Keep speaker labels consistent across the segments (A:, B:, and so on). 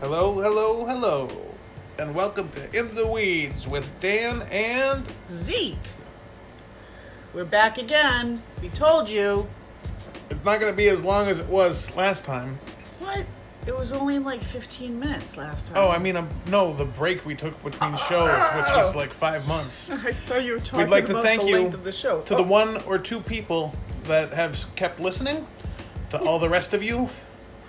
A: Hello, hello, hello, and welcome to In the Weeds with Dan and
B: Zeke. We're back again. We told you.
A: it's not going to be as long as it was last time.
B: What? It was only like 15 minutes last time.
A: Oh, I mean, um, no, the break we took between shows, which was like five months.
B: Oh. I thought you were talking
A: We'd like to
B: about
A: thank
B: the
A: you
B: length of the show. Oh,
A: to the one or two people that have s- kept listening. To all the rest of you,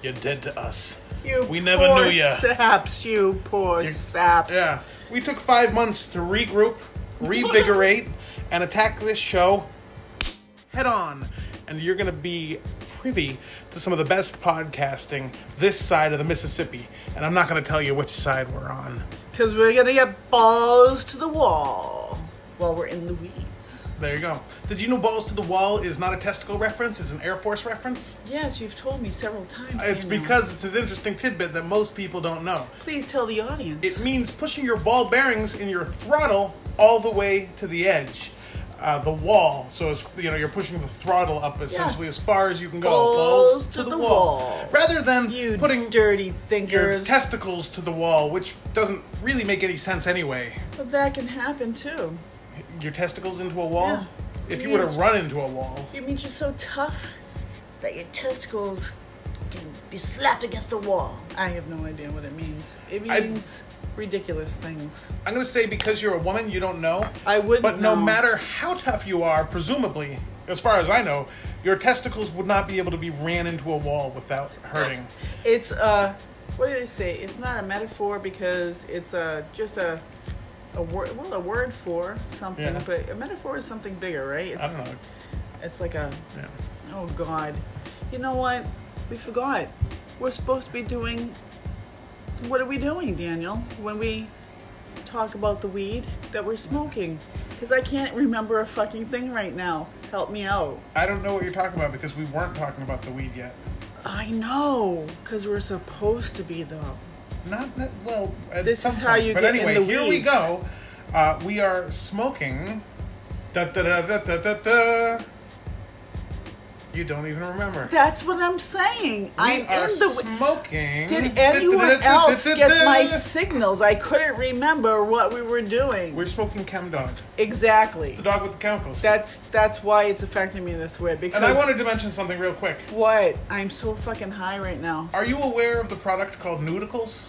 A: you're dead to us.
B: you
A: we never
B: poor
A: knew ya.
B: Saps, you poor saps.
A: Yeah, we took five months to regroup, revigorate, and attack this show head on. And you're going to be privy to some of the best podcasting this side of the Mississippi. And I'm not going to tell you which side we're on.
B: Because we're going to get balls to the wall while we're in the weeds.
A: There you go. Did you know Balls to the Wall is not a testicle reference? It's an Air Force reference?
B: Yes, you've told me several times.
A: It's
B: Daniel.
A: because it's an interesting tidbit that most people don't know.
B: Please tell the audience.
A: It means pushing your ball bearings in your throttle all the way to the edge, uh, the wall. So it's you know you're pushing the throttle up essentially as far as you can go.
B: Balls to the wall.
A: Rather than
B: you
A: putting
B: dirty
A: your
B: thinkers.
A: testicles to the wall, which doesn't really make any sense anyway.
B: but that can happen too.
A: Your testicles into a wall.
B: Yeah.
A: If
B: It
A: you would have
B: means-
A: run into a wall,
B: It means you're so tough that your testicles can be slapped against the wall. I have no idea what it means. It
A: I-
B: means ridiculous things.
A: I'm gonna say because you're a woman, you don't know.
B: I wouldn't
A: But no
B: know.
A: matter how tough you are, presumably, as far as I know, your testicles would not be able to be ran into a wall without hurting.
B: It's uh, what do they say? It's not a metaphor because it's uh, just a a word. Well, a word for something,
A: Yeah.
B: but a metaphor is something bigger, right? It's,
A: I don't know.
B: It's like a
A: Yeah.
B: oh god. You know what? We forgot. We're supposed to be doing. What are we doing, Daniel? When we talk about the weed that we're smoking? Because I can't remember a fucking thing right now. Help me out.
A: I don't know what you're talking about because we weren't talking about the weed yet.
B: I know, because we're supposed to be though.
A: Not not- well. At
B: This
A: some
B: is how
A: point.
B: you
A: But
B: get in
A: anyway,
B: the
A: here we
B: weeds.
A: go. Uh, we are smoking. Da, da, da, da, da, da, da. You don't even remember.
B: That's what I'm saying. I'm
A: we are
B: in the. weed.
A: smoking. Da, da,
B: Did
A: da, da,
B: anyone
A: da,
B: else
A: da,
B: get
A: da.
B: my signals? I couldn't remember what we were doing.
A: We're smoking chem dog.
B: exactly.
A: The dog with the chemicals.
B: That's that's why it's affecting me this way because
A: and I wanted to mention something real quick.
B: what I'm so fucking high right now.
A: Are you aware of the product called Nudicles?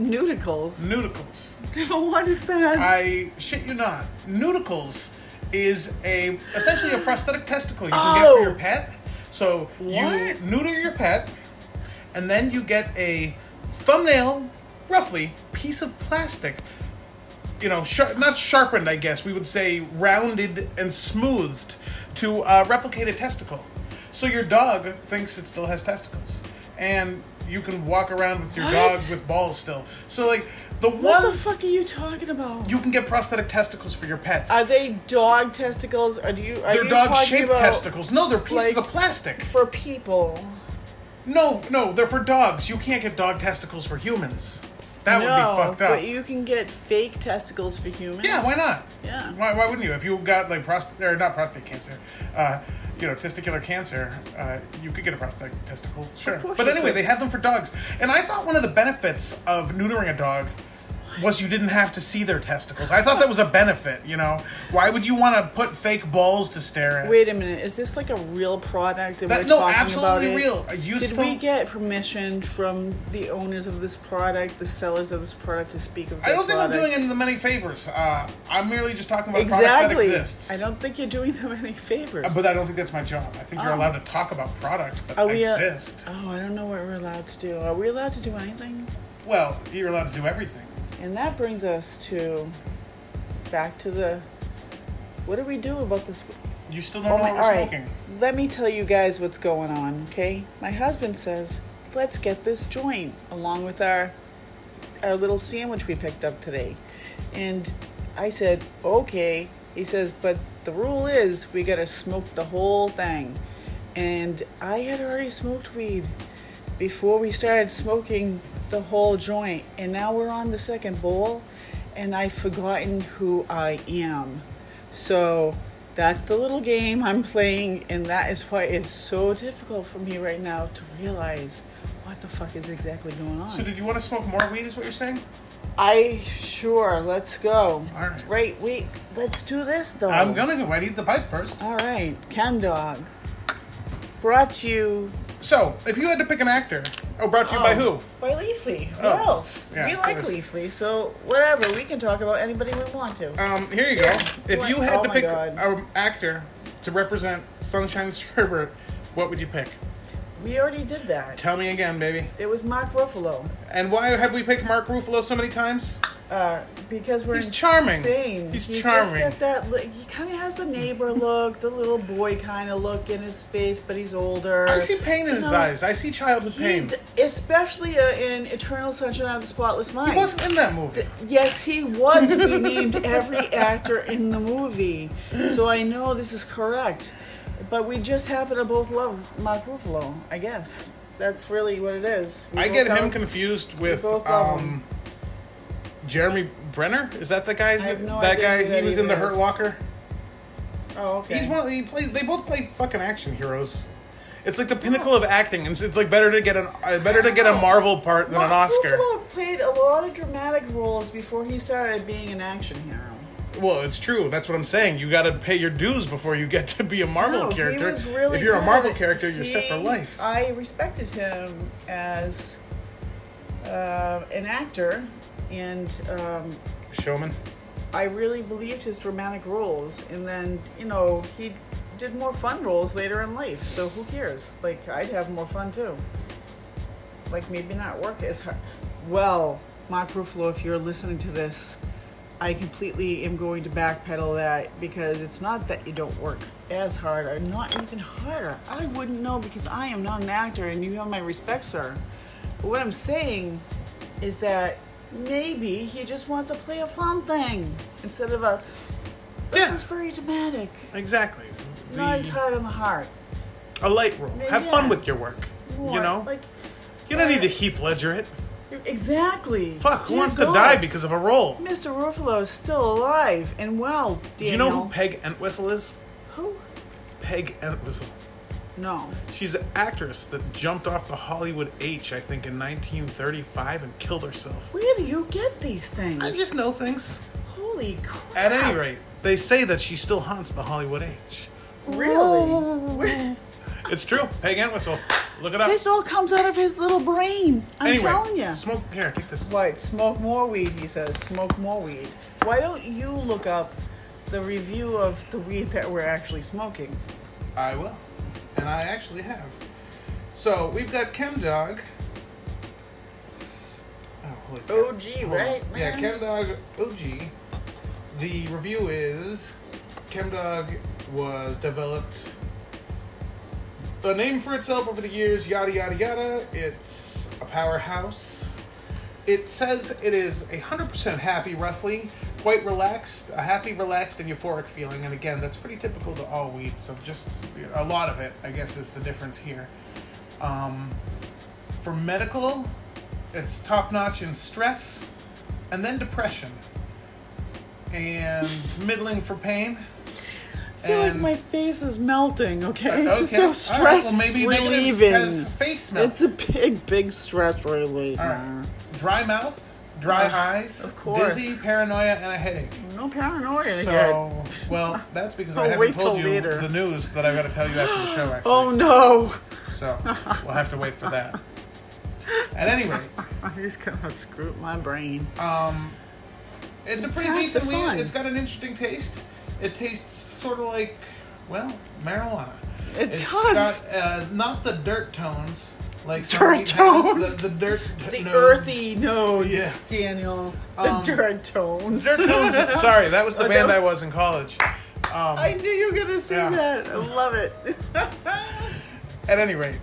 B: Nudicles.
A: Nudicles.
B: what is that?
A: I shit you not. Nudicles is a essentially a prosthetic testicle you can get
B: Oh.
A: for your pet. So you
B: What?
A: neuter your pet, and then you get a thumbnail, roughly piece of plastic. You know, shar not sharpened. I guess we would say rounded and smoothed to uh, replicate a testicle. So your dog thinks it still has testicles, and you can walk around with your
B: What?
A: dog with balls still. So like the
B: what
A: one
B: the fuck are you talking about?
A: you can get prosthetic testicles for your pets.
B: are they dog testicles? Are you? Are
A: they're
B: you talking
A: dog-shaped
B: about
A: testicles. No, they're pieces
B: like-
A: of plastic.
B: for people.
A: No, no, they're for dogs. You can't get dog testicles for humans. That
B: no,
A: would be fucked up.
B: but you can get fake testicles for humans.
A: yeah, why not?
B: Yeah.
A: Why, why wouldn't you? If you got like prostate or not prostate cancer, uh, you know, testicular cancer, uh, you could get a prosthetic testicle. Sure.
B: course
A: But
B: you
A: anyway,
B: could.
A: they have them for dogs. And I thought one of the benefits of neutering a dog was you didn't have to see their testicles. I thought that was a benefit, you know. Why would you want to put fake balls to stare at?
B: Wait a minute. Is this like a real product that,
A: That-
B: we're
A: no,
B: talking
A: absolutely
B: about? it?
A: real. Are you
B: Did
A: still-
B: we get permission from the owners of this product, the sellers of this product, to speak of?
A: I
B: their
A: don't think
B: product?
A: I'm doing any of them any favors. Uh, I'm merely just talking about a product that
B: Exactly.
A: exists.
B: I don't think you're doing them any favors.
A: But I don't think that's my job. I think you're
B: Oh.
A: allowed to talk about products that
B: Are we, uh,
A: exist.
B: oh, I don't know what we're allowed to do. Are we allowed to do anything?
A: well, you're allowed to do everything.
B: And that brings us to back to the. What do we do about this?
A: You still don't know what
B: Oh, all
A: we're
B: right.
A: smoking.
B: Let me tell you guys what's going on, okay? My husband says, let's get this joint along with our our little sandwich we picked up today. And I said, okay. He says, but the rule is we gotta smoke the whole thing. And I had already smoked weed before we started smoking the whole joint. And now we're on the second bowl, and I've forgotten who I am. So that's the little game I'm playing, and that is why it's so difficult for me right now to realize what what the fuck is exactly going on.
A: So did you want to smoke more weed? Is what you're saying?
B: I sure. Let's go.
A: All right.
B: Right. Wait. Let's do this though.
A: I'm gonna go. I need the pipe first.
B: All right. Chem dog. Brought to you
A: So if you had to pick an actor, oh, brought to you by
B: Oh,
A: who?
B: By Leafly. Who
A: Oh,
B: else?
A: yeah,
B: we
A: of
B: like
A: course.
B: Leafly, so whatever. We can talk about anybody we want to.
A: Um, here you go. If
B: What?
A: you had
B: Oh
A: to
B: my
A: pick
B: God.
A: an actor to represent Sunshine Sherbert, what would you pick?
B: we already did that.
A: Tell me again, baby.
B: It was Mark Ruffalo.
A: And why have we picked Mark Ruffalo so many times?
B: Uh, because we're
A: He's charming.
B: insane.
A: He's
B: He
A: charming.
B: Just got that look. He kind of has the neighbor look, the little boy kind of look in his face, but he's older.
A: I see pain in his
B: know,
A: eyes. I see childhood
B: He
A: pain.
B: d- especially uh, in Eternal Sunshine of the Spotless Mind.
A: He wasn't in that movie.
B: Yes, he was. We named every actor in the movie, so I know this is correct. But we just happen to both love Mark Ruffalo, I guess. That's really what it is. We
A: I
B: both
A: get him
B: love-
A: confused with
B: both
A: um,
B: love him.
A: Jeremy Brenner. Is that the guy?
B: I have no
A: that
B: idea
A: guy.
B: who
A: he
B: that
A: was in the
B: even
A: Hurt
B: is.
A: Locker.
B: Oh, okay.
A: He's one. Of, he plays. They both play fucking action heroes. It's like the pinnacle of acting. It's, it's like better to get an uh, better to get a Marvel part than an
B: Mark
A: Oscar.
B: Ruffalo played a lot of dramatic roles before he started being an action hero.
A: Well, it's true. That's what I'm saying. You got to pay your dues before you get to be a Marvel
B: No, Oh, he
A: character.
B: was really
A: if you're a
B: good.
A: Marvel character, you're set for
B: He-
A: life.
B: I respected him as uh, an actor, and um,
A: Showman.
B: I really believed his dramatic roles, and then you know he did more fun roles later in life. So who cares? Like I'd have more fun too. Like maybe not work as hard. Well, Mark Ruffalo, if you're listening to this, I completely am going to backpedal that because it's not that you don't work as hard or not even harder. I wouldn't know because I am not an actor, and you have my respect, sir. But what I'm saying is that maybe he just wants to play a fun thing instead of a this
A: Yeah.
B: is very dramatic
A: Exactly.
B: not
A: The-
B: as hard on the heart
A: a light role.
B: Maybe,
A: Have fun
B: yeah.
A: with your work.
B: More,
A: you know,
B: like
A: you don't need to
B: uh,
A: Heath Ledger it.
B: exactly
A: Fuck, who
B: Dear
A: wants to
B: God.
A: die because of a role?
B: mr ruffalo is still alive and well
A: Do you
B: Daniel.
A: know who Peg Entwistle is?
B: who
A: Peg Entwistle.
B: no
A: She's an actress that jumped off the Hollywood H, I think, in 1935 and killed herself.
B: where do you get these things
A: I just know things.
B: holy
A: At
B: crap
A: any rate, they say that she still haunts the Hollywood H.
B: really Where-
A: It's true. Peg Entwistle. Look it up.
B: this all comes out of his little brain i'm
A: anyway,
B: telling you
A: smoke here. Take this.
B: Right, smoke more weed, he says. Smoke more weed. Why don't you look up the review of the weed that we're actually smoking?
A: I will, and I actually have. So we've got Chem Dog. Oh, holy crap.
B: OG,
A: Hold on.
B: right?
A: Yeah,
B: man?
A: Chem Dog OG. The review is Chem Dog was developed a name for itself over the years, yada yada yada. It's a powerhouse. It says it is 100% happy, roughly, quite relaxed, a happy, relaxed, and euphoric feeling. And again, that's pretty typical to all weeds, so just a lot of it, I guess, is the difference here. Um, for medical, it's top notch in stress, and then depression, and middling for pain.
B: I feel like
A: and- Uh,
B: my face is melting, okay?
A: Okay.
B: It's so
A: All right,
B: stress
A: well, maybe negative
B: relieving.
A: says face melt.
B: It's a big, big stress reliever.
A: All right. Dry mouth, dry
B: Yeah,
A: eyes,
B: of course.
A: dizzy, paranoia, and a headache.
B: No paranoia yet.
A: So, well, that's because I
B: I'll
A: haven't
B: wait
A: told
B: till
A: you
B: later.
A: the news that I've got to tell you after the show, actually.
B: Oh no!
A: So, we'll have to wait for that. At any rate,
B: I'm just gonna screw my brain.
A: um, it's a
B: It
A: pretty
B: sounds
A: decent weed.
B: fun.
A: It's got an interesting taste. It tastes sort of like, well, marijuana.
B: It
A: It's
B: does.
A: got uh, not the dirt tones, like some
B: Dirt
A: weed has,
B: tones.
A: The, the dirt
B: The
A: notes.
B: earthy nodes,
A: Yes.
B: Daniel.
A: Um,
B: the dirt tones.
A: Dirt Tones. is- Sorry, that was the
B: Oh,
A: band
B: no.
A: I was in college. Um,
B: I knew you were gonna say
A: Yeah.
B: that. I love it.
A: at any rate,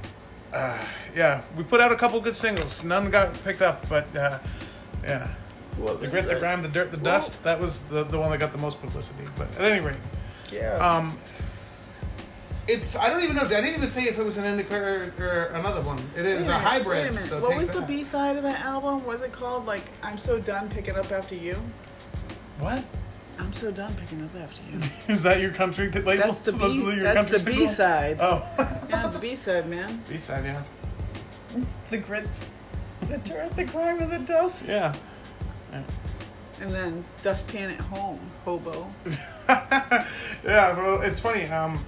A: uh, yeah, we put out a couple good singles. None got picked up, but uh, yeah,
B: what
A: the grit, the grime, the dirt, the dust. That was the, the one that got the most publicity. But at any rate,
B: Yeah.
A: um, it's I don't even know. I didn't even say if it was an indica or, or another one. It is a hybrid. so
B: what
A: take
B: was the
A: that.
B: B side of that album? Was it called like "I'm So Done Picking Up After You"?
A: What
B: I'm so done picking up after you.
A: is that? Your country label?
B: That's the B.
A: your
B: That's
A: country Uh,
B: the
A: single?
B: B side.
A: Oh,
B: Yeah, the B side, man.
A: B side, yeah.
B: the grit, the dirt, the grime, and the dust.
A: Yeah.
B: And then dustpan at home, hobo.
A: yeah, well, it's funny. Um,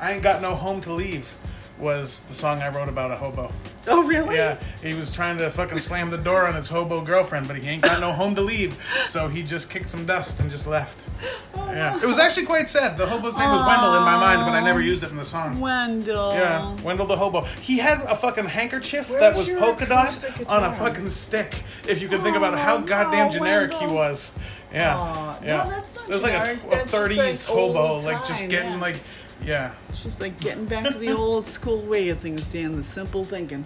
A: I ain't got no home to leave was the song I wrote about a hobo.
B: Oh really?
A: Yeah, he was trying to fucking slam the door on his hobo girlfriend, but he ain't got no home to leave, so he just kicked some dust and just left.
B: Oh,
A: Yeah, it was actually quite sad. The hobo's name was Wendell in my mind, but I never used it in the song.
B: Wendell.
A: Yeah, Wendell the hobo. He had a fucking handkerchief
B: Where's
A: that was
B: your
A: polka dot
B: acoustic
A: on a
B: guitar?
A: fucking stick. If you could think about how
B: Oh, no,
A: goddamn generic he
B: Wendell.
A: was. Yeah,
B: Aw, no,
A: yeah.
B: that's not
A: it was
B: generic.
A: like a,
B: That's just, like,
A: 30s hobo,
B: old
A: like just
B: time,
A: getting
B: yeah.
A: like, yeah.
B: It's just like getting back to the old school way of things, Dan. The simple thinking.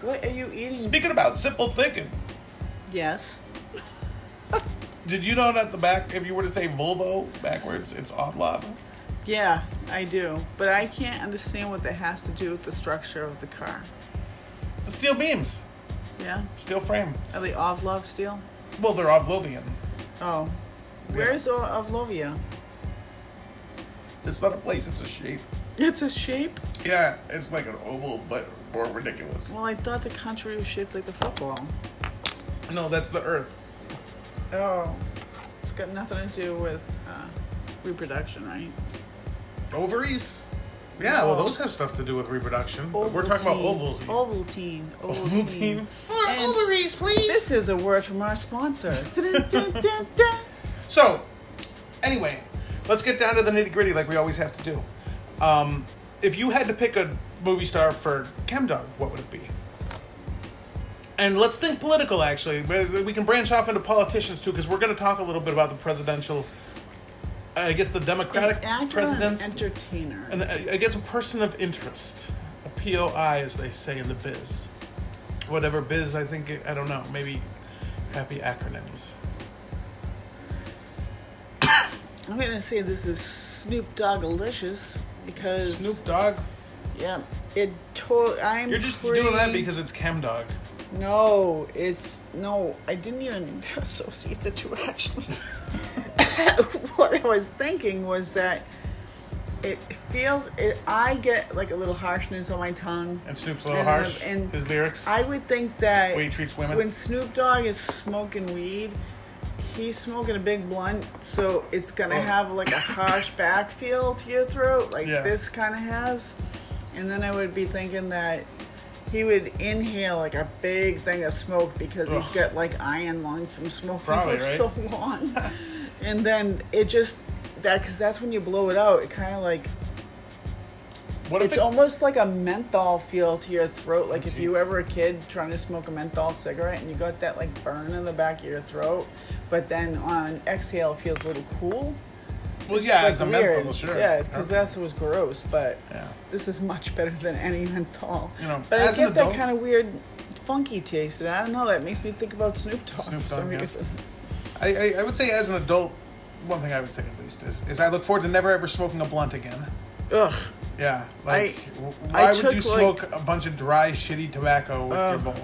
B: What are you eating?
A: Speaking about simple thinking,
B: yes.
A: did you know that the back, if you were to say Volvo backwards, it's Ovlov?
B: Yeah, I do, but I can't understand what that has to do with the structure of the car.
A: Steel beams,
B: Yeah,
A: steel frame.
B: are they Ovlov steel?
A: Well, they're Ovlovian.
B: Oh, where
A: Yeah.
B: is O Ovlovia?
A: It's not a place, it's a shape.
B: It's a shape.
A: Yeah, it's like an oval, but more ridiculous.
B: Well, I thought the country was shaped like the football.
A: No, that's the Earth.
B: Oh, it's got nothing to do with uh, reproduction, right?
A: Ovaries? Yeah, well,
B: No.
A: those have stuff to do with reproduction. But we're talking about ovals.
B: Ovaltine. Ovaltine.
A: Ovaltine. More
B: And
A: ovaries, please.
B: This is a word from our sponsor. Dun, dun, dun, dun.
A: So, anyway, let's get down to the nitty gritty like we always have to do. Um, if you had to pick a movie star for ChemDog, what would it be? And let's think political, actually. We we can branch off into politicians too, because we're going to talk a little bit about the presidential, I guess the Democratic
B: An actor
A: presidents.
B: and entertainer.
A: And uh, I I guess a person of interest, a POI, as they say in the biz. Whatever biz, I think, it, I don't know, maybe crappy acronyms.
B: I'm gonna say this is Snoop Doggalicious because
A: Snoop Dogg?
B: Yeah, it. To- I'm.
A: You're just doing that
B: pretty-
A: because it's Chem Dog.
B: No, it's no. I didn't even associate the two actually. what I was thinking was that it feels. It, I get like a little harshness on my tongue.
A: And Snoop's a little
B: And-
A: harsh.
B: and-
A: his lyrics.
B: I would think that
A: Way he treats women.
B: When Snoop Dogg is smoking weed, he's smoking a big blunt, so it's gonna
A: Oh.
B: have like a harsh back feel to your throat, like
A: Yeah.
B: this kind of has. And then I would be thinking that he would inhale like a big thing of smoke because
A: Ugh.
B: he's got like iron lung from smoking
A: Probably,
B: for
A: right?
B: so long. and then it just that because that's when you blow it out. It kind of like
A: what if
B: it's
A: it,
B: almost like a menthol feel to your throat. Like if you
A: Jeez.
B: were ever a kid trying to smoke a menthol cigarette and you got that like burn in the back of your throat, but then on exhale it feels a little cool.
A: Well, yeah,
B: Like
A: it's a
B: weird.
A: menthol, sure.
B: Yeah, because
A: Okay.
B: that was gross, but
A: Yeah.
B: this is much better than any menthol.
A: You know,
B: but
A: as
B: I
A: an
B: get that
A: adult-
B: kind of weird, funky taste, and I don't know. That makes me think about Snoop Dogg
A: Snoop
B: for some
A: Dogg, yeah.
B: reason.
A: I, I, I would say, as an adult, one thing I would say at least is, is I look forward to never ever smoking a blunt again.
B: Ugh.
A: Yeah, like w
B: I
A: why would
B: took,
A: you
B: like- Um,
A: smoke a bunch of dry, shitty tobacco with your
B: Ugh.
A: bowl?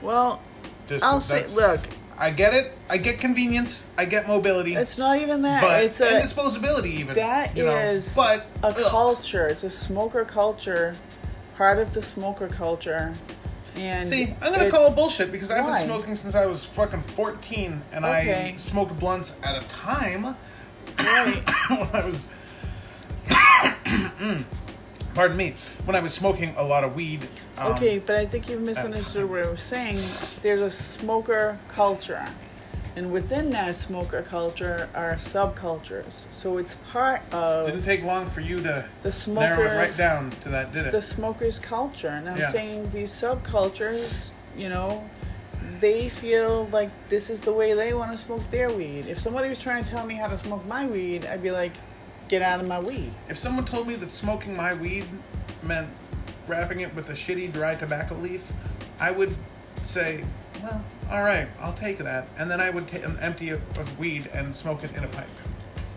B: Well,
A: Just
B: I'll say-
A: that's-
B: look.
A: I get it. I get convenience. I get mobility.
B: it's not even that.
A: but
B: it's a
A: and disposability even.
B: That
A: you know.
B: is
A: but
B: a
A: ugh.
B: culture. It's a smoker culture, part of the smoker culture. And
A: See, I'm gonna
B: it-
A: call bullshit because I've
B: Why?
A: been smoking since I was fucking 14, and
B: Okay.
A: I smoked blunts at a time
B: Right.
A: when I was. Mm. Pardon me. When I was smoking a lot of weed. Um,
B: okay, but I think you've misunderstood what I was saying. There's a smoker culture, and within that smoker culture are subcultures. So it's part of
A: Didn't take long for you to narrow
B: The
A: it
B: smokers-
A: right down to that, did it?
B: the smoker's culture. And I'm
A: Yeah.
B: saying these subcultures, you know, they feel like this is the way they want to smoke their weed. If somebody was trying to tell me how to smoke my weed, I'd be like, get out of my weed.
A: If someone told me that smoking my weed meant wrapping it with a shitty dry tobacco leaf, I would say, well, all right, I'll take that. And then I would ta- um, empty it of weed and smoke it in a pipe.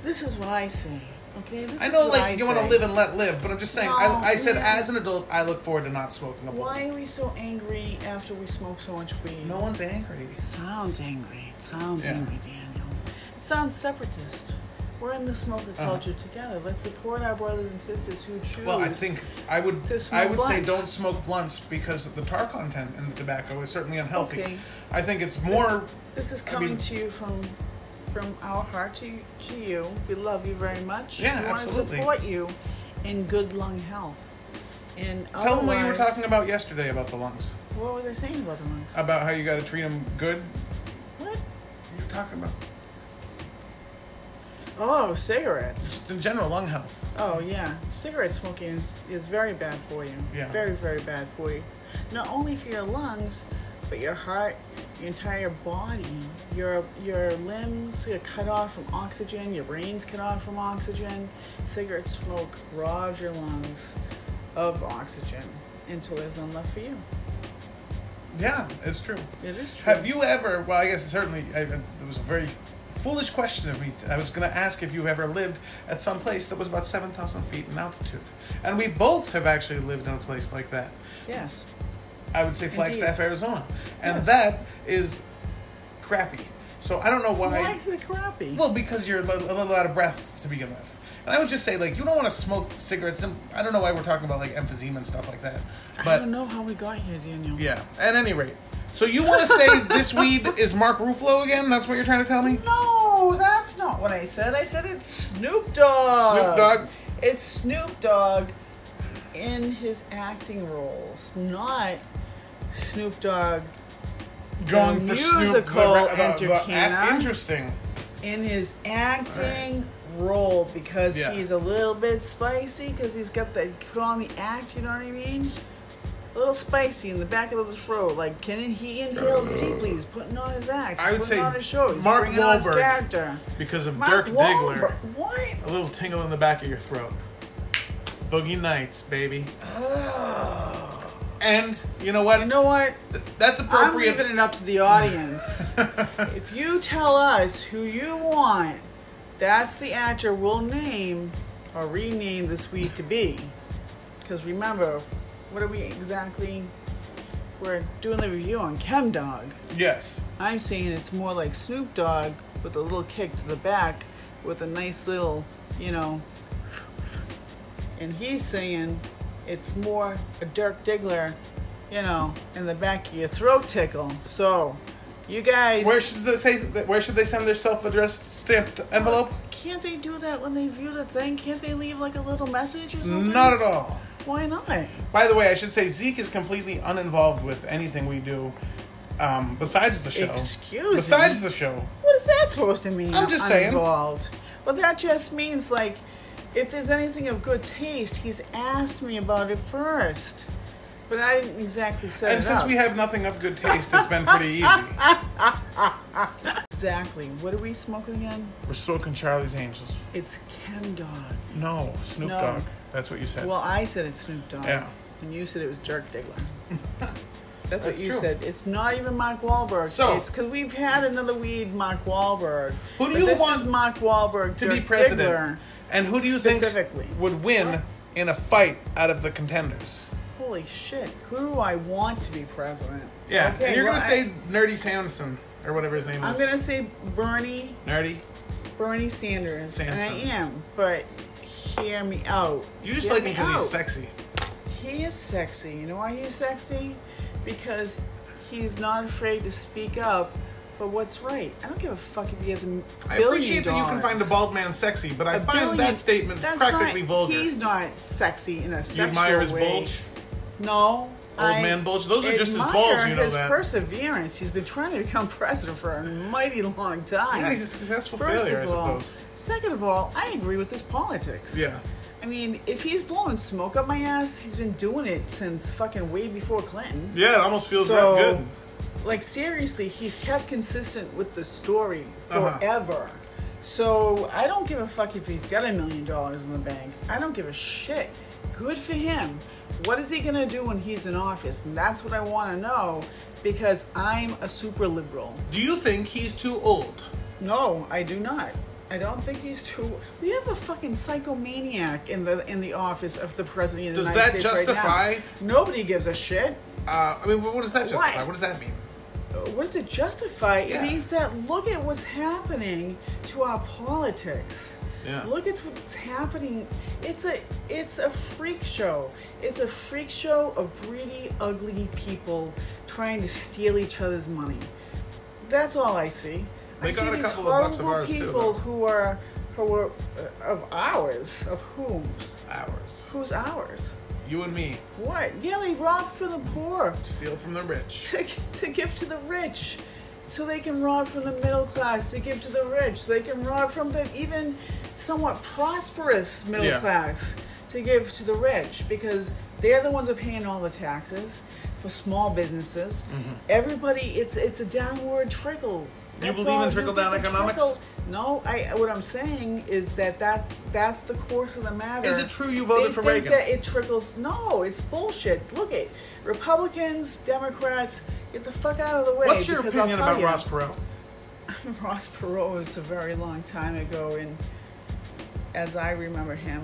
B: This is what I say. Okay, this
A: I
B: is
A: know,
B: what
A: like,
B: I
A: you want to
B: say.
A: live and let live, but I'm just saying,
B: No,
A: I, I said,
B: man.
A: as an adult, I look forward to not smoking a bowl.
B: Why are we so angry after we smoke so much weed?
A: No one's angry.
B: It sounds angry. It sounds
A: Yeah.
B: angry, Daniel. It sounds separatist. We're in the smoker culture together. Let's support our brothers and sisters who choose.
A: Uh-huh. Well, I think I would
B: To smoke
A: I would say
B: blunts.
A: don't smoke blunts because the tar content in the tobacco is certainly unhealthy.
B: Okay.
A: I think it's more
B: this is
A: I
B: coming
A: mean-
B: to you from from our heart to, to you. We love you very much.
A: Yeah,
B: we
A: absolutely.
B: want to support you in good lung health. And
A: Tell them what you were
B: otherwise-
A: talking Uh, about yesterday about the lungs,
B: What was I saying about the lungs?
A: about how you got to treat them good.
B: what?
A: You're talking about
B: Oh, cigarettes.
A: just in general lung health.
B: Oh yeah, cigarette smoking is, is very bad for you.
A: Yeah.
B: Very very bad for you. Not only for your lungs, but your heart, your entire body, your your limbs are cut off from oxygen, your brain's cut off from oxygen. Cigarette smoke robs your lungs of oxygen until there's none left for you.
A: Yeah, it's true.
B: It is true.
A: Have you ever? Well, I guess certainly I, I- it was a very foolish question of me. I was going to ask if you ever lived at some place that was about seven thousand feet in altitude, and we both have actually lived in a place like that.
B: Yes.
A: I would say Flagstaff, Arizona, and
B: Yes.
A: that is crappy. So I don't know why.
B: Why is it crappy?
A: Well, because you're a little, a little out of breath to begin with. And I would just say, like, you don't want to smoke cigarettes. And I don't know why we're talking about, like, emphysema and stuff like that.
B: I
A: But,
B: don't know how we got here, Daniel.
A: yeah. At any rate. So you want to say this weed is Mark Ruffalo again? That's what you're trying to tell me?
B: No, that's not what I said. I said it's Snoop Dogg.
A: Snoop Dogg.
B: It's Snoop Dogg in his acting roles, not Snoop Dogg
A: Going for Snoop. The,
B: musical
A: the, uh, the,
B: entertainer.
A: interesting.
B: in his acting role because
A: Yeah.
B: he's a little bit spicy because he's got that put on the act. You know what I mean? A little spicy in the back of his throat. Like, can he inhales deeply? He's putting on his act.
A: Uh. I would
B: he's putting
A: say
B: on his show. He's
A: Mark
B: bringing on his
A: Wahlberg.
B: character.
A: Because of
B: Mark
A: Dirk
B: Wahlberg.
A: Diggler.
B: What?
A: A little tingle in the back of your throat. Boogie Nights, baby. And you know what?
B: Ah. You know what?
A: Th- That's
B: I'm
A: appropriate.
B: leaving it up to the audience. if you tell us who you want, that's the actor we'll name or rename this week to be. Because remember, what are we exactly? We're doing the review on Chem Dog.
A: yes.
B: I'm saying it's more like Snoop Dogg with a little kick to the back with a nice little, you know. And he's saying it's more a Dirk Diggler, you know, in the back of your throat tickle. So, you guys.
A: Where should they say? Where should they send their self-addressed stamped envelope?
B: can't they do that when they view the thing? Can't they leave like a little message or something?
A: Not at all.
B: Why not?
A: By the way, I should say Zeke is completely uninvolved with anything we do, um, besides the show.
B: Excuse
A: Besides
B: me?
A: the show,
B: What is that supposed to mean?
A: I'm just saying.
B: Uninvolved? Well, that just means like, if there's anything of good taste, he's asked me about it first, but I didn't exactly set
A: and
B: it
A: since
B: up.
A: we have nothing of good taste, it's been pretty easy.
B: exactly. What are we smoking again?
A: We're smoking Charlie's Angels.
B: It's Chem Dog.
A: No, Snoop
B: No.
A: Dogg. That's what you said.
B: Well, I said it's Snoop Dogg.
A: Yeah.
B: And you said it was Dirk Diggler. That's, what
A: That's
B: you
A: true.
B: said. It's not even Mark Wahlberg.
A: So-
B: it's because we've had another weed, Mark Wahlberg.
A: Who do
B: But
A: you
B: this
A: want
B: is Mark Wahlberg
A: to be
B: Dirk
A: president,
B: Diggler.
A: and who do you think
B: Specifically.
A: would win in a fight out of the contenders?
B: Holy shit! Who do I want to be president?
A: Yeah,
B: Okay,
A: and you're
B: well,
A: gonna
B: I-
A: say Nerdy Samson or whatever his name
B: I'm
A: is.
B: gonna say Bernie
A: Nerdy.
B: Bernie Sanders, and I
A: Samson.
B: am. But hear me out.
A: You just
B: Hear
A: like him
B: me
A: because he's
B: out.
A: sexy.
B: He is sexy. You know why he's sexy? Because he's not afraid to speak up for what's right. I don't give a fuck if he has a billion
A: I appreciate that you can find a
B: dollars.
A: bald man sexy, but I
B: A
A: find
B: billion-
A: that statement
B: that's
A: practically
B: not,
A: vulgar.
B: He's not sexy in a
A: you
B: sexual
A: admire his
B: way.
A: bulge?
B: No.
A: Old
B: I
A: man bulge? Those are just his balls,
B: admire
A: you know
B: his
A: that.
B: perseverance. He's been trying to become president for a mighty long time.
A: Yeah, he's a successful
B: First
A: failure, I
B: of all,
A: suppose.
B: second of all, I agree with his politics.
A: Yeah.
B: I mean, if he's blowing smoke up my ass, he's been doing it since fucking way before Clinton.
A: Yeah, it almost feels
B: So-
A: not good.
B: Like seriously, he's kept consistent with the story
A: Uh-huh.
B: forever. So I don't give a fuck if he's got a million dollars in the bank. I don't give a shit. Good for him. What is he gonna do when he's in office? And that's what I want to know because I'm a super liberal.
A: Do you think he's too old?
B: No, I do not. I don't think he's too. We have a fucking psychomaniac in the in the office of the president of the
A: Does
B: United
A: that
B: States right now.
A: justify-
B: Nobody gives a shit.
A: Uh, I mean, what does that justify?
B: Why?
A: What does that mean?
B: What does it justify?
A: Yeah.
B: It means that look at what's happening to our politics.
A: Yeah.
B: Look at what's happening. It's a it's a freak show. It's a freak show of greedy, ugly people trying to steal each other's money. That's all I see.
A: They
B: I
A: got
B: see
A: a
B: these
A: couple of bucks of
B: horrible
A: ours, too,
B: people
A: though.
B: who are who are uh, of ours, of whom's,
A: Ours.
B: who's ours.
A: You and me
B: What? Yeah, they rob for the poor
A: steal from the rich.
B: to, to give to the rich so they can rob from the middle class to give to the rich they can rob from the even somewhat prosperous middle
A: Yeah.
B: class to give to the rich because they're the ones who are paying all the taxes for small businesses everybody it's it's a downward trickle
A: Mm-hmm. You believe in
B: all.
A: trickle-down
B: get the
A: economics?
B: no, I what I'm saying is that that's that's the course of the matter.
A: Is it true you voted
B: They
A: for
B: think
A: Reagan?
B: that it trickles. No, it's bullshit. Look it, Republicans, Democrats, get the fuck out of the way.
A: What's your
B: because I'll
A: opinion
B: tell
A: about
B: ya.
A: Ross Perot?
B: Ross Perot was a very long time ago, and as I remember him,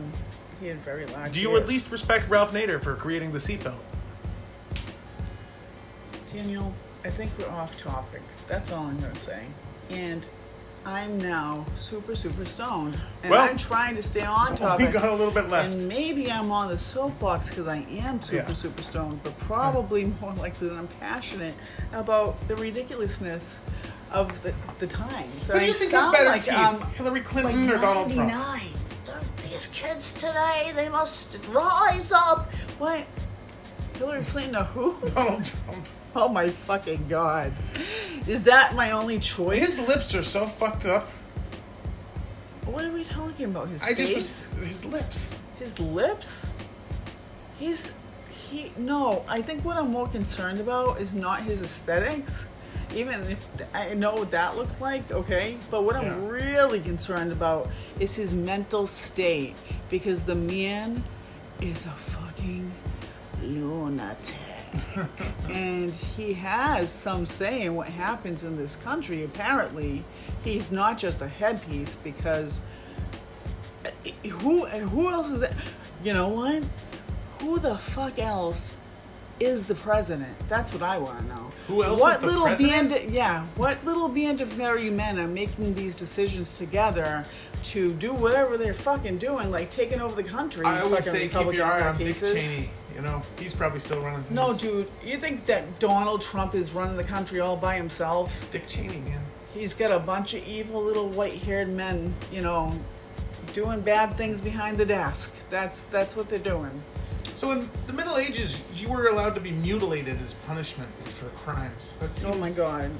B: he had very large.
A: Do you
B: ears.
A: at least respect Ralph Nader for creating the seatbelt?
B: Daniel? I think we're off topic. That's all I'm gonna say. And. I'm now super, super stoned, and
A: Well,
B: I'm trying to stay on
A: We
B: topic.
A: got a little bit left.
B: And maybe I'm on the soapbox because I am super,
A: Yeah.
B: super stoned, but probably more likely that I'm passionate about the ridiculousness of the, the times.
A: Who do you think has better teeth,
B: um,
A: Hillary Clinton or Donald Trump?
B: These kids today, they must rise up. What? Hillary Clinton or who?
A: Donald Trump.
B: Oh my fucking god. Is that my only choice?
A: His lips are so fucked up.
B: What are we talking about? His
A: I
B: face?
A: just was his lips.
B: His lips? He's he no, I think what I'm more concerned about is not his aesthetics. Even if I know what that looks like, okay? But what I'm
A: Yeah.
B: really concerned about is his mental state because the man is a fucking lunatic. and he has some say in what happens in this country apparently. He's not just a headpiece because who who else is that? You know what? Who the fuck else is the president? That's what I want to know.
A: Who else
B: What
A: is the
B: little
A: president?
B: band? Yeah. What little band of merry men are making these decisions together to do whatever they're fucking doing, like taking over the country?
A: I always
B: fucking
A: say keep
B: Republican
A: your eye on
B: nutcases?
A: Dick Cheney. You know, he's probably still running.
B: No,
A: things.
B: dude. You think that Donald Trump is running the country all by himself?
A: Dick Cheney, man.
B: He's got a bunch of evil little white-haired men, you know, doing bad things behind the desk. That's that's what they're doing.
A: So in the Middle Ages, you were allowed to be mutilated as punishment for crimes. That's
B: Oh my god.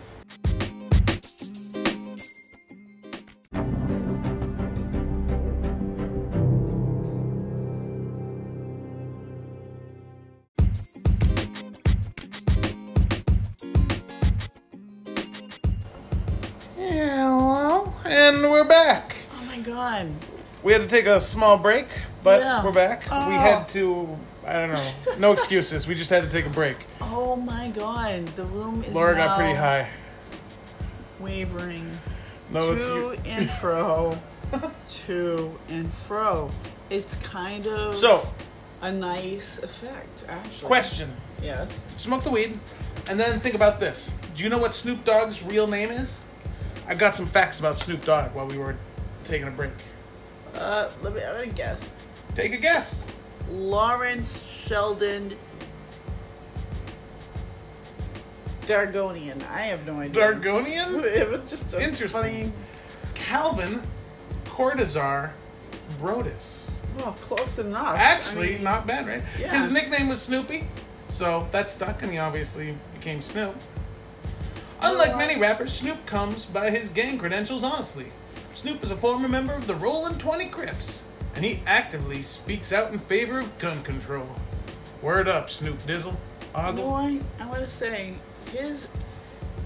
A: Hello, and we're back.
B: Oh my god.
A: We had to take a small break, but
B: Yeah.
A: we're back. We
B: Oh.
A: had to. I don't know. No excuses. we just had to take a break.
B: Oh my god. The room is
A: Laura
B: now
A: got pretty high.
B: Wavering
A: No, Oh, it's
B: to
A: you.
B: and fro, to and fro. It's kind of
A: So,
B: a nice effect, actually.
A: question:
B: Yes.
A: Smoke the weed, and then think about this. Do you know what Snoop Dogg's real name is? I got some facts about Snoop Dogg while we were taking a break.
B: Uh, let me. I'm gonna guess.
A: Take a guess.
B: Lawrence Sheldon Dargonian. I have no idea.
A: Dargonian?
B: It was just a
A: Interesting.
B: funny.
A: Calvin Cortazar Brodus.
B: Well, close enough. I
A: Actually,
B: mean,
A: not bad, right?
B: Yeah.
A: His nickname was Snoopy, so that stuck, and he obviously became Snoop. Unlike many rappers, Snoop comes by his gang credentials honestly. Snoop is a former member of the Rollin' 20 Crips, and he actively speaks out in favor of gun control. Word up, Snoop Dizzle. Ogle.
B: Boy, I want to say his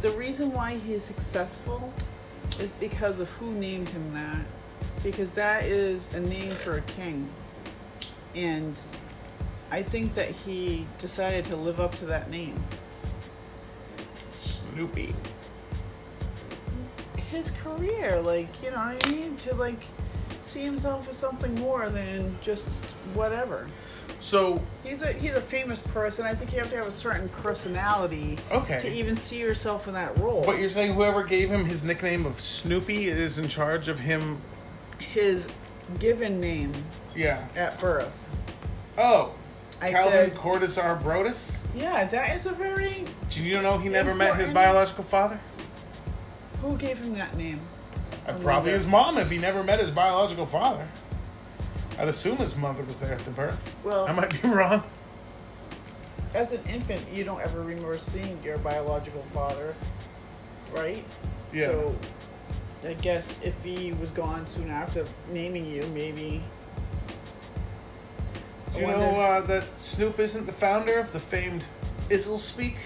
B: the reason why he's successful is because of who named him that. Because that is a name for a king. And I think that he decided to live up to that name.
A: Snoopy.
B: His career, like, you know what I mean? To like see himself as something more than just whatever.
A: So,
B: He's a he's a famous person. I think you have to have a certain personality
A: Okay.
B: to even see yourself in that role.
A: what you're saying, whoever gave him his nickname of Snoopy is in charge of him
B: his given name
A: Yeah.
B: at birth.
A: Oh.
B: I
A: Calvin
B: said-
A: Cordis Arbrotis?
B: Yeah, that is a very.
A: Did you know he never met his
B: Important.
A: biological father?
B: Who gave him that name? Oh,
A: Uh, probably
B: mother.
A: his mom if he never met his biological father. I'd assume his mother was there at the birth.
B: Well-
A: I might be wrong.
B: As an infant, you don't ever remember seeing your biological father, right?
A: Yeah.
B: So, I guess if he was gone soon after naming you, maybe.
A: Do you
B: I
A: know
B: wonder-
A: uh, that Snoop isn't the founder of the famed Izzle Speak?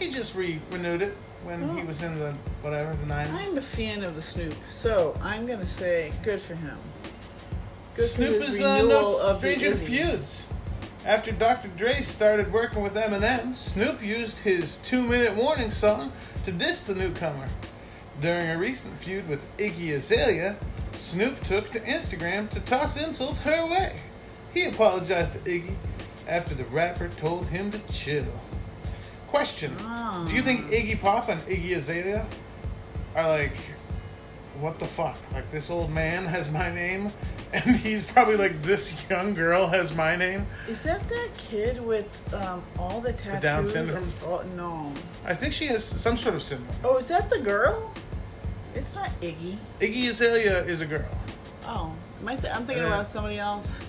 A: He just re- renewed it when he
B: Oh.
A: was in the whatever the 90s
B: I'm a fan of the Snoop, so I'm gonna say good for him. Good
A: Snoop
B: for his
A: is uh,
B: renewal
A: no
B: of the
A: stranger to
B: Izzy.
A: feuds. After Dr. Dre started working with Eminem, Snoop used his two-minute warning song to diss the newcomer. During a recent feud with Iggy Azalea, Snoop took to Instagram to toss insults her way. He apologized to Iggy after the rapper told him to chill. Question:
B: Ah.
A: Do you think Iggy Pop and Iggy Azalea are like what the fuck? Like this old man has my name, and he's probably like this young girl has my name.
B: Is that that kid with um, all the tattoos?
A: Down syndrome?
B: Oh no.
A: I think she has some sort of syndrome.
B: Oh, is that the girl? It's not Iggy.
A: Iggy Azalea is a girl.
B: Oh, am I th- I'm thinking
A: Uh,
B: about somebody else.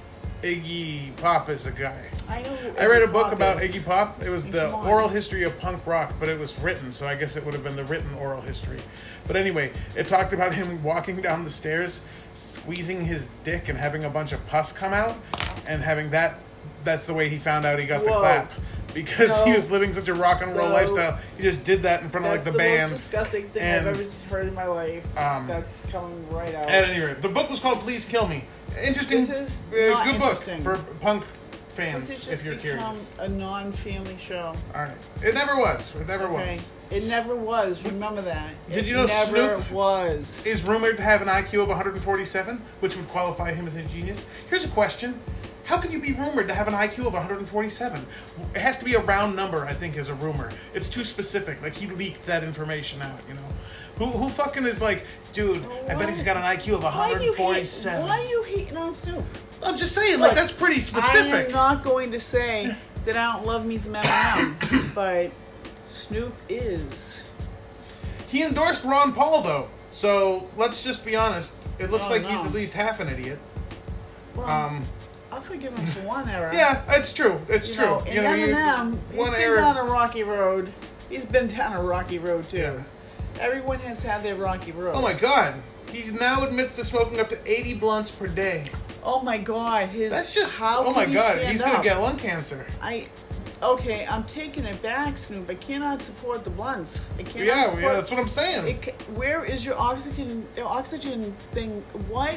A: Iggy Pop is a guy.
B: I know. who
A: I read a
B: Iggy
A: book
B: Pop
A: about
B: is.
A: Iggy Pop. It was the
B: Come on.
A: oral history of punk rock, but it was written, so I guess it would have been the written oral history. But anyway, it talked about him walking down the stairs, squeezing his dick and having a bunch of pus come out, and having that. That's the way he found out he got the
B: Whoa.
A: clap. Because he
B: No.
A: was living such a rock and roll
B: No.
A: lifestyle, he just did that in front of like
B: That's
A: the,
B: the
A: band.
B: most disgusting thing
A: and-
B: I've ever heard in my life.
A: Um,
B: That's coming right out.
A: At any rate, the book was called "Please Kill Me." Interesting,
B: This is
A: uh,
B: not
A: good
B: interesting.
A: book for punk
B: This
A: fans
B: has
A: if
B: just
A: you're
B: become
A: curious.
B: a non-family show.
A: All right, it never was. It never
B: Okay.
A: was.
B: It never was. Remember that.
A: Did
B: It
A: you know
B: never
A: Snoop-
B: was?
A: is rumored to have an IQ of 147, which would qualify him as a genius. Here's a question. How can you be rumored to have an IQ of 147? It has to be a round number, I think, as a rumor. It's too specific. Like, he leaked that information out, you know? Who, who fucking is like, dude, I bet he's got an IQ of
B: Why do you hate-
A: 147?
B: Why are you hating on Snoop?
A: I'm just saying, like,
B: Look,
A: that's pretty
B: I
A: specific.
B: am not going to say that I don't love me some Eminem, but Snoop is.
A: He endorsed Ron Paul, though. So, let's just be honest. It looks
B: Oh,
A: like he's
B: no.
A: at least half an idiot.
B: Well,
A: Um,
B: I'll forgive him for one error.
A: yeah, it's true. It's
B: You
A: true.
B: know, and Eminem, he's
A: one
B: been
A: error-
B: down a rocky road. He's been down a rocky road too.
A: Yeah.
B: Everyone has had their rocky road.
A: Oh my god. He's now admits to smoking up to 80 blunts per day.
B: Oh my god, his
A: That's just
B: how
A: Oh my
B: can he
A: god,
B: stand
A: he's
B: up?
A: going to get lung cancer.
B: I okay, I'm taking it back, Snoop. I cannot support the blunts. I cannot
A: yeah,
B: support.
A: yeah, that's what I'm saying.
B: it, ca- where is your oxygen your oxygen thing? What?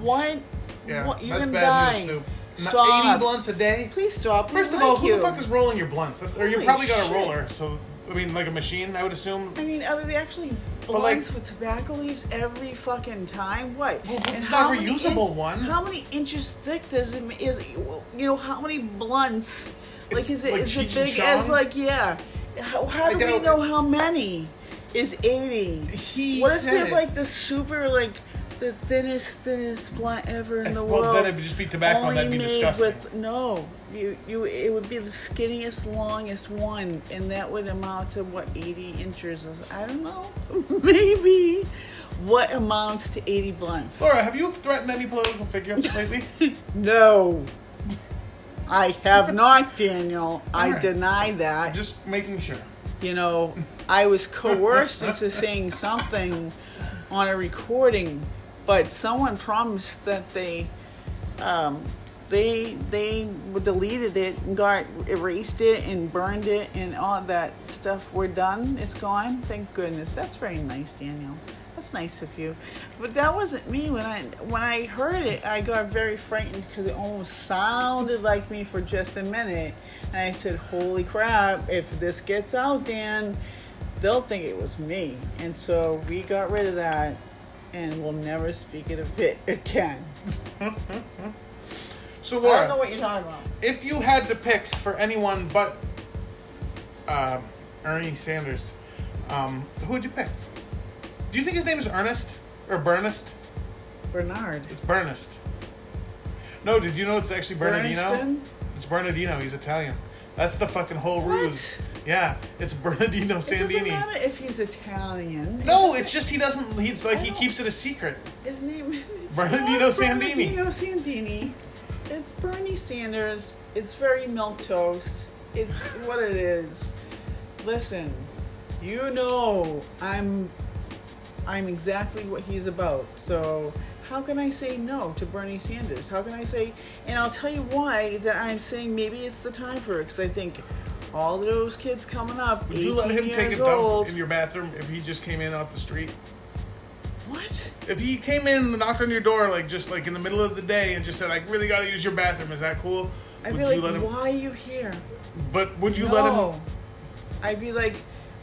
B: What?
A: yeah.
B: what? You're
A: that's
B: gonna
A: bad
B: die.
A: news, Snoop. N-
B: Stop.
A: 80 blunts a day?
B: Please stop. We
A: First of
B: like
A: all, who
B: you.
A: the fuck is rolling your blunts? That's, or you
B: Holy
A: probably got a
B: shit.
A: roller, so I mean like a machine, I would assume.
B: I mean, are they actually
A: But, like-
B: blunts with tobacco leaves every fucking time? What?
A: Well, it's
B: And
A: not
B: how
A: a
B: many in-
A: reusable one.
B: How many inches thick does it ma- is? well, You know, how many blunts? Like,
A: It's
B: is it
A: like
B: is it
A: Cheech and
B: big as
A: Chong?
B: like yeah? How, how
A: I
B: do we
A: doubt
B: know
A: it.
B: how many is eighty?
A: He
B: what if
A: said
B: they're
A: it.
B: like the super like the thinnest thinnest blunt ever in the
A: Well,
B: world?
A: then it'd just be tobacco and
B: Only
A: that'd be
B: made
A: disgusting.
B: with no, you you it would be the skinniest, longest one, and that would amount to what eighty inches? Is, I don't know, maybe. What amounts to eighty blunts?
A: Laura, have you threatened any political figures lately?
B: No, I have not, Daniel. I
A: Alright.
B: deny that.
A: Just making sure.
B: You know, I was coerced into saying something on a recording, but someone promised that they, um, they they deleted it and got erased it and burned it and all that stuff. We're done. It's gone. Thank goodness. That's very nice, Daniel. That's nice of you. But that wasn't me when I when I heard it. I got very frightened because it almost sounded like me for just a minute, and I said, "Holy crap! If this gets out, Dan, they'll think it was me." And so we got rid of that, and we'll never speak it of it again.
A: So
B: I
A: Laura,
B: don't know what you're talking about.
A: if you had to pick for anyone but um, Ernie Sanders, um, who would you pick? Do you think his name is Ernest or Burnest?
B: Bernard.
A: It's Bernest. No, did you know it's actually Bernardino?
B: Berniston?
A: It's Bernardino. He's Italian. That's the fucking whole ruse. Yeah, it's Bernardino
B: It doesn't
A: Sandini.
B: matter if he's Italian. It
A: No,
B: doesn't-
A: it's just he doesn't. He's like
B: I
A: he
B: don't-
A: keeps it a secret.
B: His name is Oh,
A: Bernardino Sandini.
B: Bernardino Sandini. It's Bernie Sanders. It's very milk toast. It's what it is. Listen, you know I'm I'm exactly what he's about. So how can I say no to Bernie Sanders? How can I say and I'll tell you why that I'm saying maybe it's the time for it cuz I think all those kids coming up,
A: Would
B: 18
A: you let him
B: years
A: take a dump
B: old.
A: in your bathroom if he just came in off the street?
B: what?
A: If he came in and knocked on your door like just like in the middle of the day and just said, "I really got to use your bathroom," is that cool?
B: I
A: would
B: feel
A: you
B: like,
A: let him?
B: why are you here?
A: But would you
B: no.
A: let him?
B: I'd be like,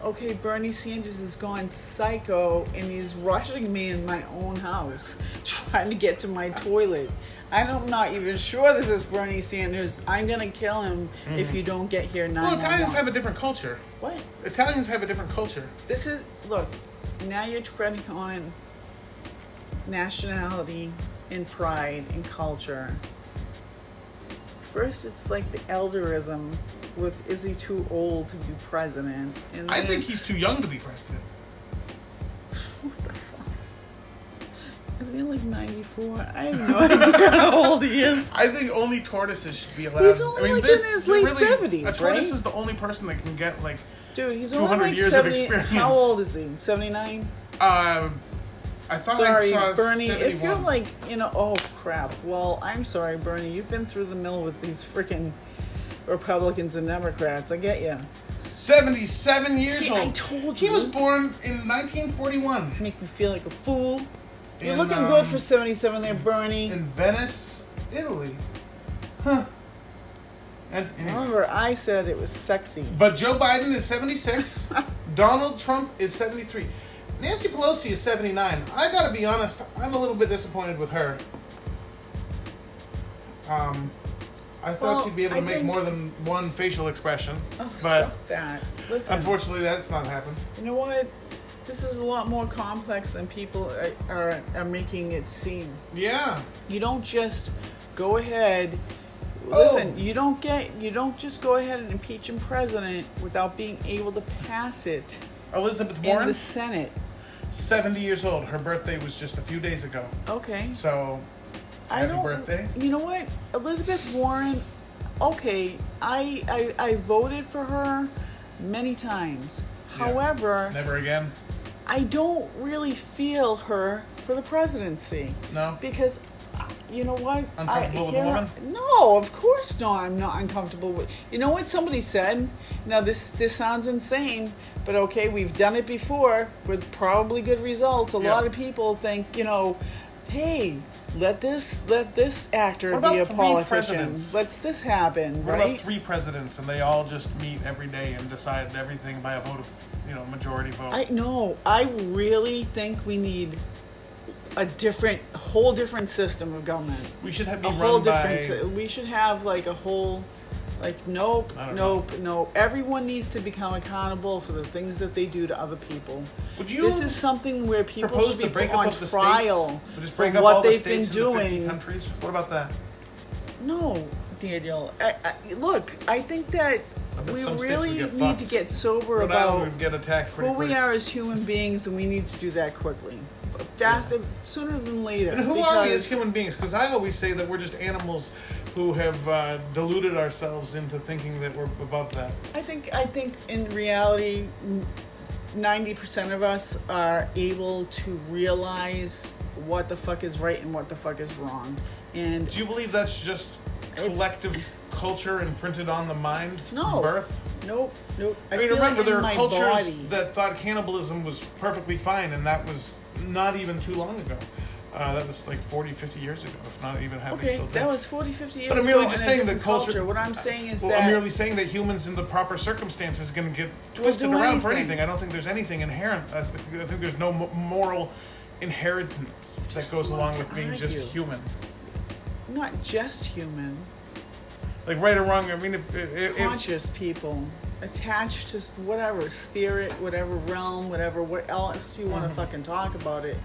B: okay, Bernie Sanders has gone psycho and he's rushing me in my own house, trying to get to my toilet. I don't- I'm not even sure this is Bernie Sanders. I'm gonna kill him if you don't get here now.
A: Mm-hmm. Well, Italians have a different culture.
B: what?
A: Italians have a different culture.
B: This is look. Now you're treading on nationality and pride and culture. First, it's like the elderism with is he too old to be president? And
A: I
B: then
A: think
B: it's-
A: he's too young to be president.
B: What the fuck? Isn't he like 94? I have no idea how old he is.
A: I think only tortoises should be allowed.
B: He's only,
A: I mean,
B: like,
A: they're-
B: in his
A: they're
B: late
A: really-
B: 70s,
A: A tortoise
B: right?
A: is the only person that can get like,
B: Dude, he's
A: 200
B: only like
A: years of
B: 70. How
A: experience.
B: old is he? 79?
A: uh, I thought
B: Sorry,
A: I saw
B: Bernie.
A: 71.
B: If you're like, you know, oh crap. Well, I'm sorry, Bernie. You've been through the mill with these freaking Republicans and Democrats. I get you.
A: 77 years
B: See,
A: old.
B: I told
A: He
B: you.
A: was born in 1941
B: Make me feel like a fool. You're
A: And,
B: looking
A: um,
B: good for 77 there, Bernie.
A: in Venice, Italy. Huh. And, anyway.
B: Remember, I said it was sexy.
A: But Joe Biden is 76. Donald Trump is 73. Nancy Pelosi is 79. I gotta be honest, I'm a little bit disappointed with her. Um, I thought
B: Well,
A: she'd be able to
B: I
A: make
B: think-
A: more than one facial expression,
B: Oh,
A: but
B: stop that. Listen.
A: unfortunately, that's not happened.
B: You know what? This is a lot more complex than people are, are, are making it seem.
A: Yeah.
B: You don't just go ahead.
A: Oh.
B: Listen, you don't get you don't just go ahead and impeach a president without being able to pass it
A: Elizabeth
B: in
A: Warren,
B: the Senate.
A: 70 years old. Her birthday was just a few days ago.
B: Okay.
A: So,
B: I
A: happy
B: don't,
A: birthday.
B: You know what? Elizabeth Warren, okay, I I, I voted for her many times.
A: Yeah.
B: However,
A: never again.
B: I don't really feel her for the presidency.
A: No?
B: Because, uh, you know what?
A: Uncomfortable
B: I,
A: with a
B: here-
A: woman?
B: No, of course not. I'm not uncomfortable with. You know what somebody said? Now this this sounds insane, but okay, we've done it before with probably good results. A
A: Yeah.
B: lot of people think, you know, hey, let this let this actor
A: What about
B: be a
A: three
B: politician.
A: presidents?
B: Let's this happen,
A: What
B: right?
A: about three presidents and they all just meet every day and decide everything by a vote of, you know, majority vote?
B: I no, I really think we need a different, whole different system of government.
A: We should have be
B: a
A: run
B: whole
A: by.
B: different. si- We should have like a whole, like nope,
A: I don't know.
B: nope, nope. Everyone needs to become accountable for the things that they do to other people.
A: Would you
B: this is something where people
A: propose
B: should
A: to
B: be put
A: break up
B: on
A: of the
B: trial
A: states? Or just
B: for
A: break up
B: what
A: all the
B: they've
A: states
B: been
A: into 50
B: doing.
A: countries. What about that?
B: No, Daniel. I, I, look, I think that
A: I bet
B: we
A: some states would
B: really
A: get
B: need
A: fucked.
B: to get sober
A: Rhode
B: about
A: Island would get attacked pretty
B: who we
A: quick.
B: are as human beings, and we need to do that quickly, faster, sooner than later.
A: And who are we
B: because-
A: as human beings? Because I always say that we're just animals who have uh, deluded ourselves into thinking that we're above that.
B: I think I think in reality, ninety percent of us are able to realize what the fuck is right and what the fuck is wrong, and
A: Do you believe that's just
B: It's-
A: collective culture imprinted on the mind from
B: No.
A: birth?
B: nope, nope.
A: I mean,
B: feel it
A: remember
B: in
A: there
B: my
A: are cultures
B: body.
A: that thought cannibalism was perfectly fine, and that was not even too long ago. Uh, that was like 40, 50 years ago, if not even happening
B: Okay,
A: still today.
B: that was 40, 50 years
A: But I'm merely
B: ago
A: just
B: in a
A: saying that
B: different
A: culture,
B: What I'm saying is
A: well,
B: that
A: I'm merely saying that humans in the proper circumstances going to get twisted
B: do
A: around for anything.
B: anything.
A: I don't think there's anything inherent. I, th- I think there's no mo- moral inheritance that
B: Just
A: goes
B: want
A: along
B: to
A: with being just
B: argue.
A: human.
B: not just human,
A: Like right or wrong. I mean, if, if, if
B: conscious people attached to
A: Mm-hmm.
B: whatever spirit, whatever realm, whatever what else you want to fucking talk about it.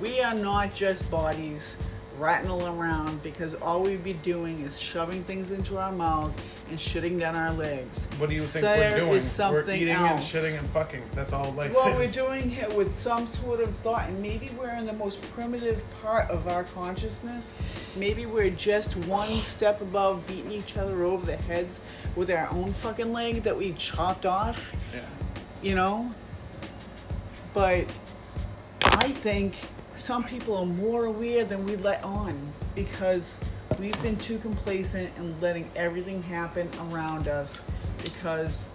B: We are not just bodies rattling around because all we'd be doing is shoving things into our mouths and shitting down our legs.
A: What do you think
B: There
A: we're doing?
B: is something
A: we're eating
B: else.
A: and shitting and fucking. That's all life
B: Well, we're
A: is.
B: doing it with some sort of thought, and maybe we're in the most primitive part of our consciousness. Maybe we're just one step above beating each other over the heads with our own fucking leg that we chopped off,
A: Yeah.
B: you know? But I think some people are more aware than we let on because we've been too complacent and letting everything happen around us because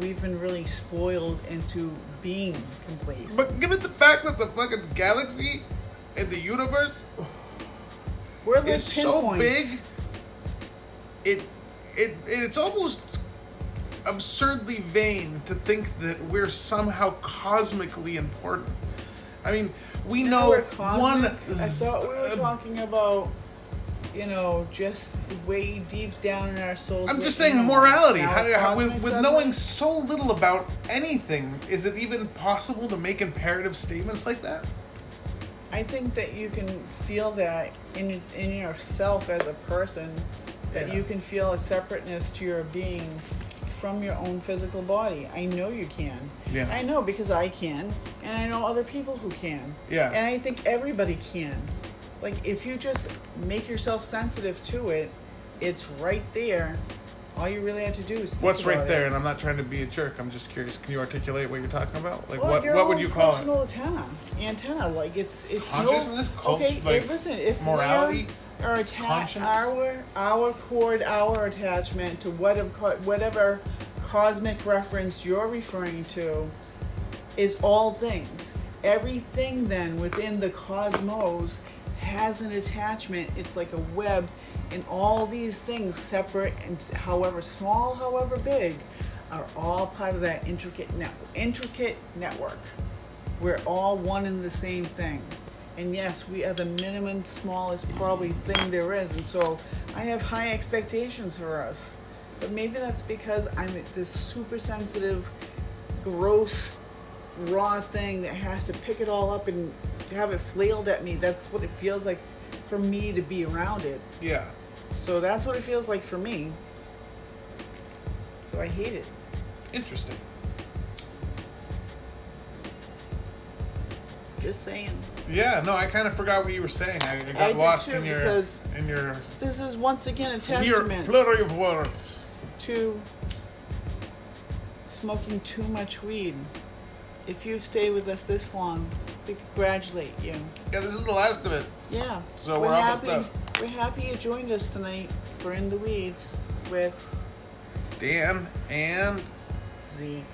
B: we've been really spoiled into being complacent.
A: But given the fact that the fucking galaxy and the universe
B: We're like
A: is so big,
B: pinpoints.
A: it it it's almost absurdly vain to think that we're somehow cosmically important. I mean, we know
B: we're cosmic.
A: one.
B: I
A: z-
B: thought we were
A: uh,
B: talking about, you know, just way deep down in our souls.
A: I'm
B: we're
A: just saying
B: animals.
A: morality.
B: Now
A: How,
B: we're
A: how-
B: cosmic
A: with, with
B: suddenly?
A: knowing so little about anything, is it even possible to make imperative statements like that?
B: I think that you can feel that in in yourself as a person, that
A: Yeah.
B: you can feel a separateness to your being from your own physical body. I know you can.
A: Yeah.
B: I know because I can, and I know other people who can.
A: Yeah.
B: And I think everybody can. Like if you just make yourself sensitive to it, it's right there. All you really have to do is think
A: What's
B: about
A: right
B: it.
A: there? And I'm not trying to be a jerk. I'm just curious. Can you articulate what you're talking about? Like,
B: Well,
A: what
B: your
A: what would
B: own
A: you call it?
B: personal antenna? Antenna, like it's it's
A: Consciousness,
B: no,
A: cult-
B: okay.
A: like,
B: if, listen, if
A: morality,
B: we're, or atta-
A: conscience.
B: our our cord, our attachment to whatever co- whatever cosmic reference you're referring to is all things. Everything then within the cosmos has an attachment. It's like a web, and all these things, separate and however small, however big, are all part of that intricate net intricate network. We're all one and the same thing. And yes, we are the minimum smallest probably thing there is. And so I have high expectations for us. But maybe that's because I'm this super sensitive, gross, raw thing that has to pick it all up and have it flailed at me. That's what it feels like for me to be around it.
A: Yeah.
B: So that's what it feels like for me. So I hate it.
A: Interesting.
B: Just saying.
A: Yeah. No, I kind of forgot what you were saying. I, I got
B: I did
A: lost
B: too,
A: in your
B: because
A: in your
B: This is once again a
A: your
B: testament.
A: flurry of words.
B: to smoking too much weed. If you've stayed with us this long, we congratulate you.
A: Yeah, this is the last of it.
B: Yeah.
A: So we're almost
B: happy,
A: done.
B: We're happy you joined us tonight for In the Weeds with
A: Dan and
B: Zeke.